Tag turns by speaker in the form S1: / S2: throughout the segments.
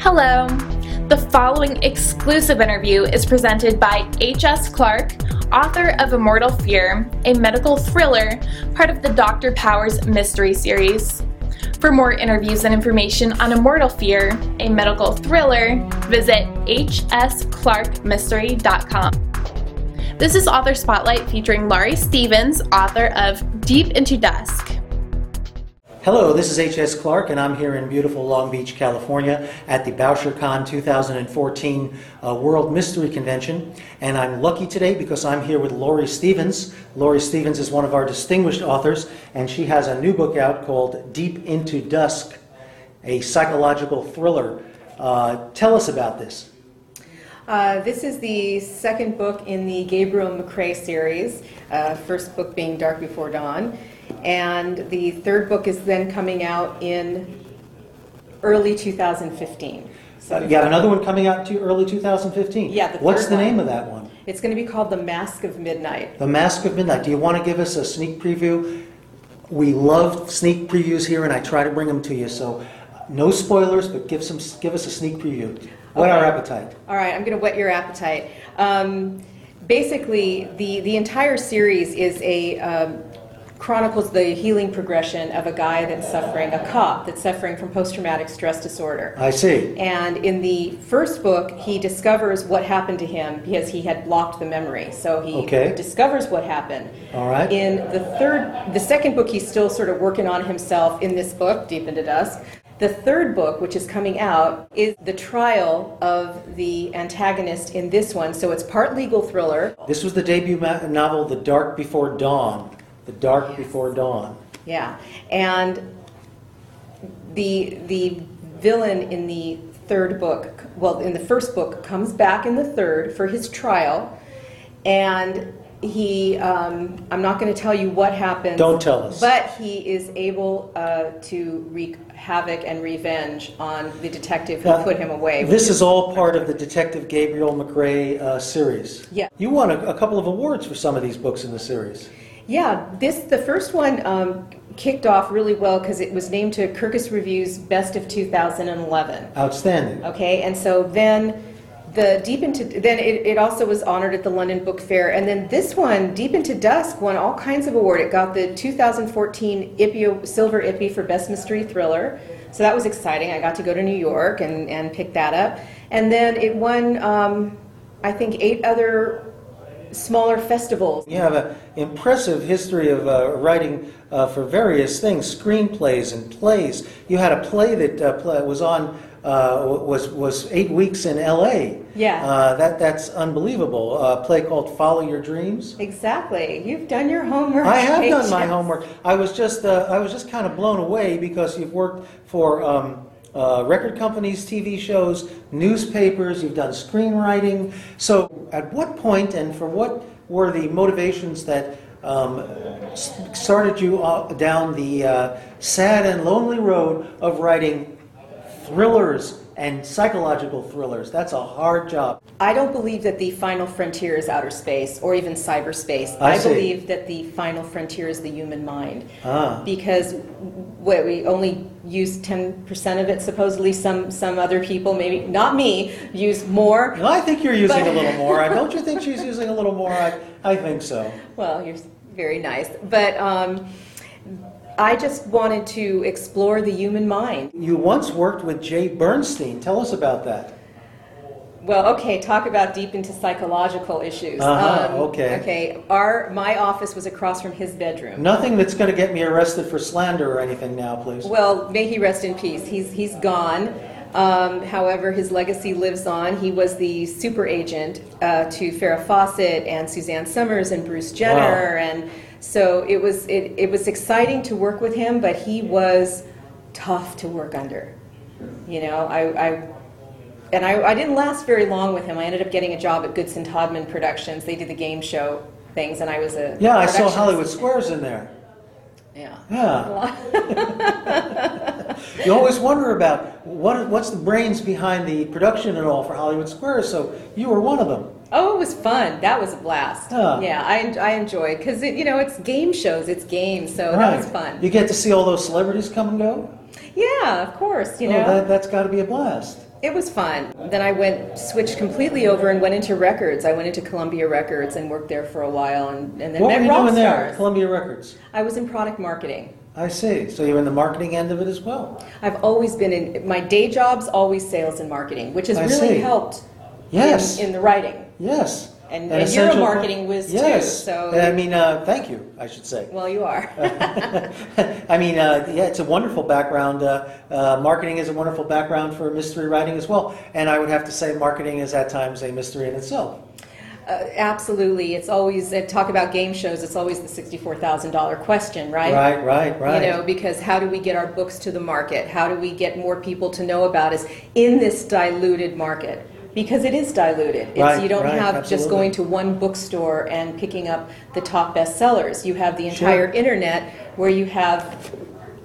S1: Hello. The following exclusive interview is presented by H.S. Clark, author of Immortal Fear, a medical thriller, part of the Dr. Powers mystery series. For more interviews and information on Immortal Fear, a medical thriller, visit hsclarkmystery.com. This is Author Spotlight featuring Laurie Stevens, author of Deep into Dusk.
S2: Hello, this is H.S. Clark, and I'm here in beautiful Long Beach, California at the BoucherCon 2014 uh, World Mystery Convention. And I'm lucky today because I'm here with Laurie Stevens. Laurie Stevens is one of our distinguished authors, and she has a new book out called Deep into Dusk, a psychological thriller. Uh, tell us about this.
S3: Uh, this is the second book in the Gabriel McRae series, uh, first book being Dark Before Dawn. And the third book is then coming out in early 2015.
S2: Uh, you got another one coming out to early 2015.
S3: Yeah, the
S2: What's
S3: third
S2: the
S3: one.
S2: name of that one?
S3: It's going to be called The Mask of Midnight.
S2: The Mask of Midnight. Do you want to give us a sneak preview? We love sneak previews here, and I try to bring them to you. So, uh, no spoilers, but give some, give us a sneak preview. What our
S3: Okay.
S2: appetite?
S3: All right, I'm going to whet your appetite. Um, basically, the, the entire series is a um, chronicles the healing progression of a guy that's suffering, a cop that's suffering from post traumatic stress disorder.
S2: I see.
S3: And in the first book, he discovers what happened to him because he had blocked the memory. So he
S2: Okay.
S3: discovers what happened.
S2: All right.
S3: In the third, the second book, he's still sort of working on himself in this book, Deep into Dusk. The third book, which is coming out, is the trial of the antagonist in this one. So it's part legal thriller.
S2: This was the debut ma- novel, The Dark Before Dawn. The Dark Before Dawn.
S3: Yeah, and the the villain in the third book, well, in the first book, comes back in the third for his trial, and he, um, I'm not going to tell you what happens.
S2: Don't tell us.
S3: But he is able uh, to wreak havoc and revenge on the detective who
S2: Now,
S3: put him away. which
S2: This is all part of the Detective Gabriel McRae uh, series.
S3: Yeah.
S2: You won a, a couple of awards for some of these books in the series.
S3: Yeah, this the first one um, kicked off really well because it was named to Kirkus Review's Best of 2011.
S2: Outstanding.
S3: Okay, and so then the Deep into then it, it also was honored at the London Book Fair, and then this one, Deep into Dusk, won all kinds of award. It got the 2014 IPPY Silver IPPY for Best Mystery Thriller, so that was exciting. I got to go to New York and and pick that up, and then it won um, I think eight other smaller festivals.
S2: You have an impressive history of uh, writing uh, for various things, screenplays and plays. You had a play that uh, pla was on uh, was was eight weeks in L.A.
S3: Yeah.
S2: uh, that that's unbelievable. A play called Follow Your Dreams.
S3: Exactly, you've done your homework.
S2: I have done my
S3: H.S.
S2: homework. I was just uh, I was just kind of blown away because you've worked for. Um, uh, record companies, TV shows, newspapers, you've done screenwriting. So, at what point and for what were the motivations that um, s- started you uh, down the uh, sad and lonely road of writing thrillers and psychological thrillers? That's a hard job.
S3: I don't believe that the final frontier is outer space or even cyberspace.
S2: I
S3: I,
S2: see.
S3: believe that the final frontier is the human mind.
S2: Ah.
S3: Because what we only use 10% of it supposedly some some other people maybe not me use more.
S2: And I think you're using a
S3: But-
S2: little more. I Don't you think she's using a little more? I, I think so.
S3: Well, you're very nice. But um, I just wanted to explore the human mind.
S2: You once worked with Jay Bernstein. Tell us about that.
S3: Well, okay, talk about deep into psychological issues. Um,
S2: Uh-huh, okay.
S3: Okay, our my office was across from his bedroom.
S2: Nothing that's going to get me arrested for slander or anything now, please.
S3: Well, may he rest in peace. He's he's gone. Um, however, his legacy lives on. He was the super agent uh, to Farrah Fawcett and Suzanne Summers and Bruce Jenner, and so it was it, it was exciting to work with him. But he was tough to work under. You know, I. I and I, I didn't last very long with him. I ended up getting a job at Goodson Todman Productions. They did the game show things, and I was a
S2: Yeah, I saw
S3: production
S2: Hollywood
S3: assistant.
S2: Squares in there.
S3: Yeah,
S2: Yeah. You always wonder about what, what's the brains behind the production and all for Hollywood Squares, so you were one of them.
S3: Oh, it was fun. That was a blast.
S2: Huh.
S3: Yeah, I, I enjoyed because you know it's game shows, it's games, so Oh, that was fun.
S2: You get to see all those celebrities come and go.
S3: yeah, of course. You know,
S2: oh, that, that's got to be a blast.
S3: It was fun. Then I went switched completely over and went into records. I went into Columbia Records and worked there for a while, and, and then
S2: what
S3: met
S2: were you
S3: rock
S2: doing there?
S3: stars.
S2: Columbia Records.
S3: I was in product marketing.
S2: I see. So you're in the marketing end of it as well.
S3: I've always been in my day job's always sales and marketing, which has
S2: I
S3: really
S2: see.
S3: helped.
S2: Yes.
S3: In, in the writing.
S2: yes. An
S3: And- and you're a
S2: essential part-
S3: marketing whiz too,
S2: yes.
S3: so-
S2: I mean, uh, thank you. I should say.
S3: Well, you are.
S2: I mean, uh, yeah, it's a wonderful background. Uh, uh, marketing is a wonderful background for mystery writing as well. And I would have to say, marketing is at times a mystery in itself.
S3: Uh, absolutely. It's always, uh, talk about game shows, it's always the $64,000 question, right?
S2: Right, right, right.
S3: You know, because how do we get our books to the market? How do we get more people to know about us in this diluted market? Because it is diluted. It's,
S2: Right,
S3: you don't
S2: right,
S3: have just
S2: absolutely.
S3: going to one bookstore and picking up the top bestsellers. You have the
S2: Sure.
S3: entire internet where you have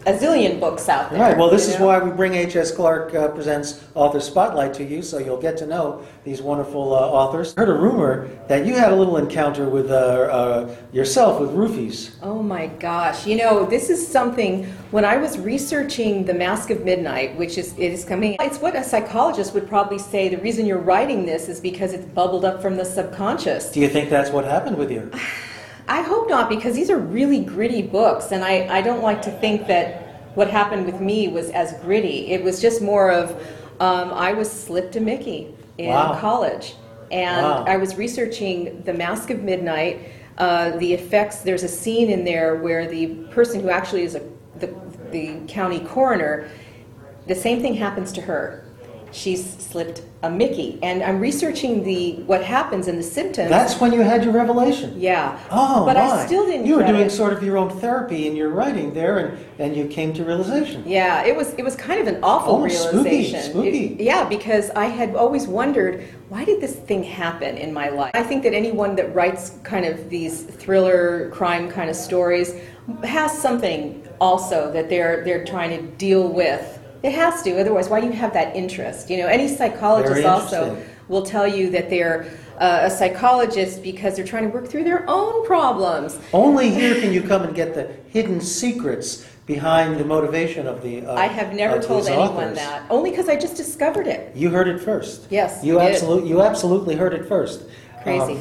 S3: a zillion books out there.
S2: Right, well, this
S3: you
S2: is
S3: know?
S2: why we bring H.S. Clark uh, Presents Author Spotlight to you, so you'll get to know these wonderful uh, authors. Heard a rumor that you had a little encounter with uh, uh, yourself with roofies.
S3: Oh my gosh! You know, this is something. When I was researching *The Mask of Midnight*, which is it is coming, it's what a psychologist would probably say. The reason you're writing this is because it's bubbled up from the subconscious.
S2: Do you think that's what happened with you?
S3: I hope not, because these are really gritty books, and I I don't like to think that what happened with me was as gritty. It was just more of um, I was slipped a Mickey in
S2: Wow.
S3: college, and
S2: Wow.
S3: I was researching *The Mask of Midnight*. Uh, the effects. There's a scene in there where the person who actually is a, the the county coroner, the same thing happens to her. She's slipped a Mickey, and I'm researching the what happens and the symptoms.
S2: That's when you had your revelation.
S3: yeah.
S2: Oh,
S3: but
S2: my.
S3: I still didn't.
S2: You were
S3: get
S2: doing
S3: it.
S2: sort of your own therapy in your writing there, and, and you came to realization.
S3: Yeah, it was it was kind of an awful
S2: Oh, spooky,
S3: realization.
S2: spooky.
S3: It- yeah, because I had always wondered why did this thing happen in my life. I think that anyone that writes kind of these thriller crime kind of stories has something also that they're they're trying to deal with. It has to, otherwise, why do you have that interest? You know, any psychologist
S2: Very
S3: also
S2: interesting.
S3: will tell you that they're uh, a psychologist because they're trying to work through their own problems.
S2: Only here can you come and get the hidden secrets behind the motivation of the. Uh,
S3: I have never
S2: of these
S3: told anyone
S2: authors.
S3: that, only because I just discovered it.
S2: You heard it first.
S3: Yes,
S2: You
S3: I did.
S2: absolutely, you absolutely heard it first. Um,
S3: Crazy.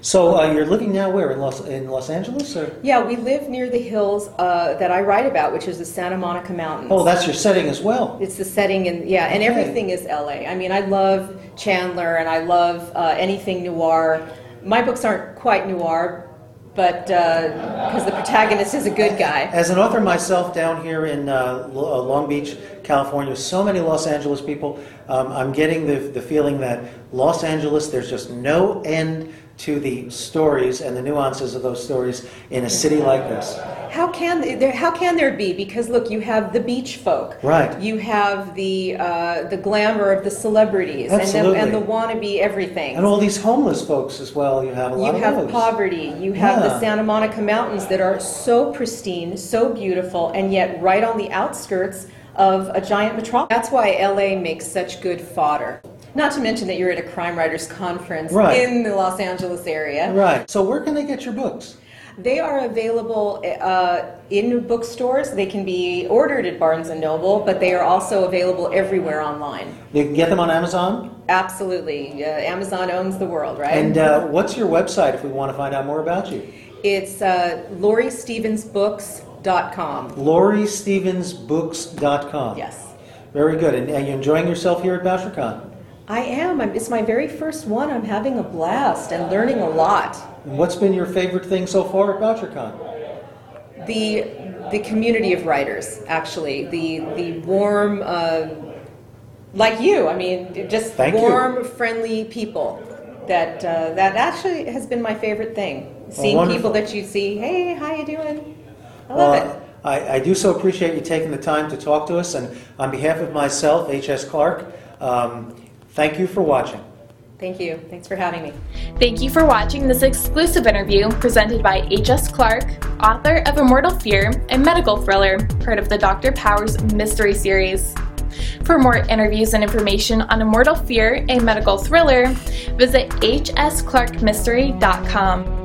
S2: so uh, you're living now where in Los in Los Angeles or?
S3: Yeah, we live near the hills uh, that I write about, which is the Santa Monica Mountains.
S2: Oh, that's your setting as well.
S3: it's the setting, and yeah, and
S2: Okay.
S3: everything is LA. I mean, I love Chandler, and I love uh, anything noir. My books aren't quite noir, but because the protagonist is a good guy.
S2: As an author myself down here in uh, Lo- uh, Long Beach, California, so many Los Angeles people, um, I'm getting the, the feeling that Los Angeles, there's just no end to the stories and the nuances of those stories in a city like this.
S3: How can there? How can there be? Because look, you have the beach folk,
S2: Right.
S3: You have the uh, the glamour of the celebrities,
S2: Absolutely.
S3: and the, and the wannabe everything.
S2: And all these homeless folks as well, you have a lot
S3: You
S2: of
S3: have
S2: those.
S3: poverty. You have
S2: Yeah.
S3: the Santa Monica Mountains that are so pristine, so beautiful, and yet right on the outskirts of a giant metropolis. That's why LA makes such good fodder. Not to mention that you're at a crime writers conference
S2: Right.
S3: in the Los Angeles area.
S2: Right. So where can they get your books?
S3: They are available uh, in bookstores. They can be ordered at Barnes and Noble, but they are also available everywhere online.
S2: You can get them on Amazon?
S3: Absolutely, uh, Amazon owns the world, right?
S2: And uh, what's your website if we want to find out more about you?
S3: It's uh, lauriestevensbooks.com.
S2: LaurieStevensBooks.com.
S3: Yes.
S2: Very good. And are you enjoying yourself here at BoucherCon?
S3: I am. I'm, it's my very first one. I'm having a blast and learning a lot.
S2: And what's been your favorite thing so far at BoucherCon?
S3: The the community of writers, actually, the the warm, uh, like you. I mean, just
S2: Thank you.
S3: warm, friendly people. That uh, that actually has been my favorite thing. Seeing
S2: wonderful.
S3: people that you see. Hey, how you doing? I love
S2: Well,
S3: it.
S2: Uh, I, I do so appreciate you taking the time to talk to us. And on behalf of myself, H.S. Clark, um, thank you for watching.
S3: Thank you. Thanks for having me.
S1: Thank you for watching this exclusive interview presented by H.S. Clark, author of Immortal Fear, a medical thriller, part of the Dr. Powers mystery series. For more interviews and information on Immortal Fear, a medical thriller, visit hsclarkmystery.com.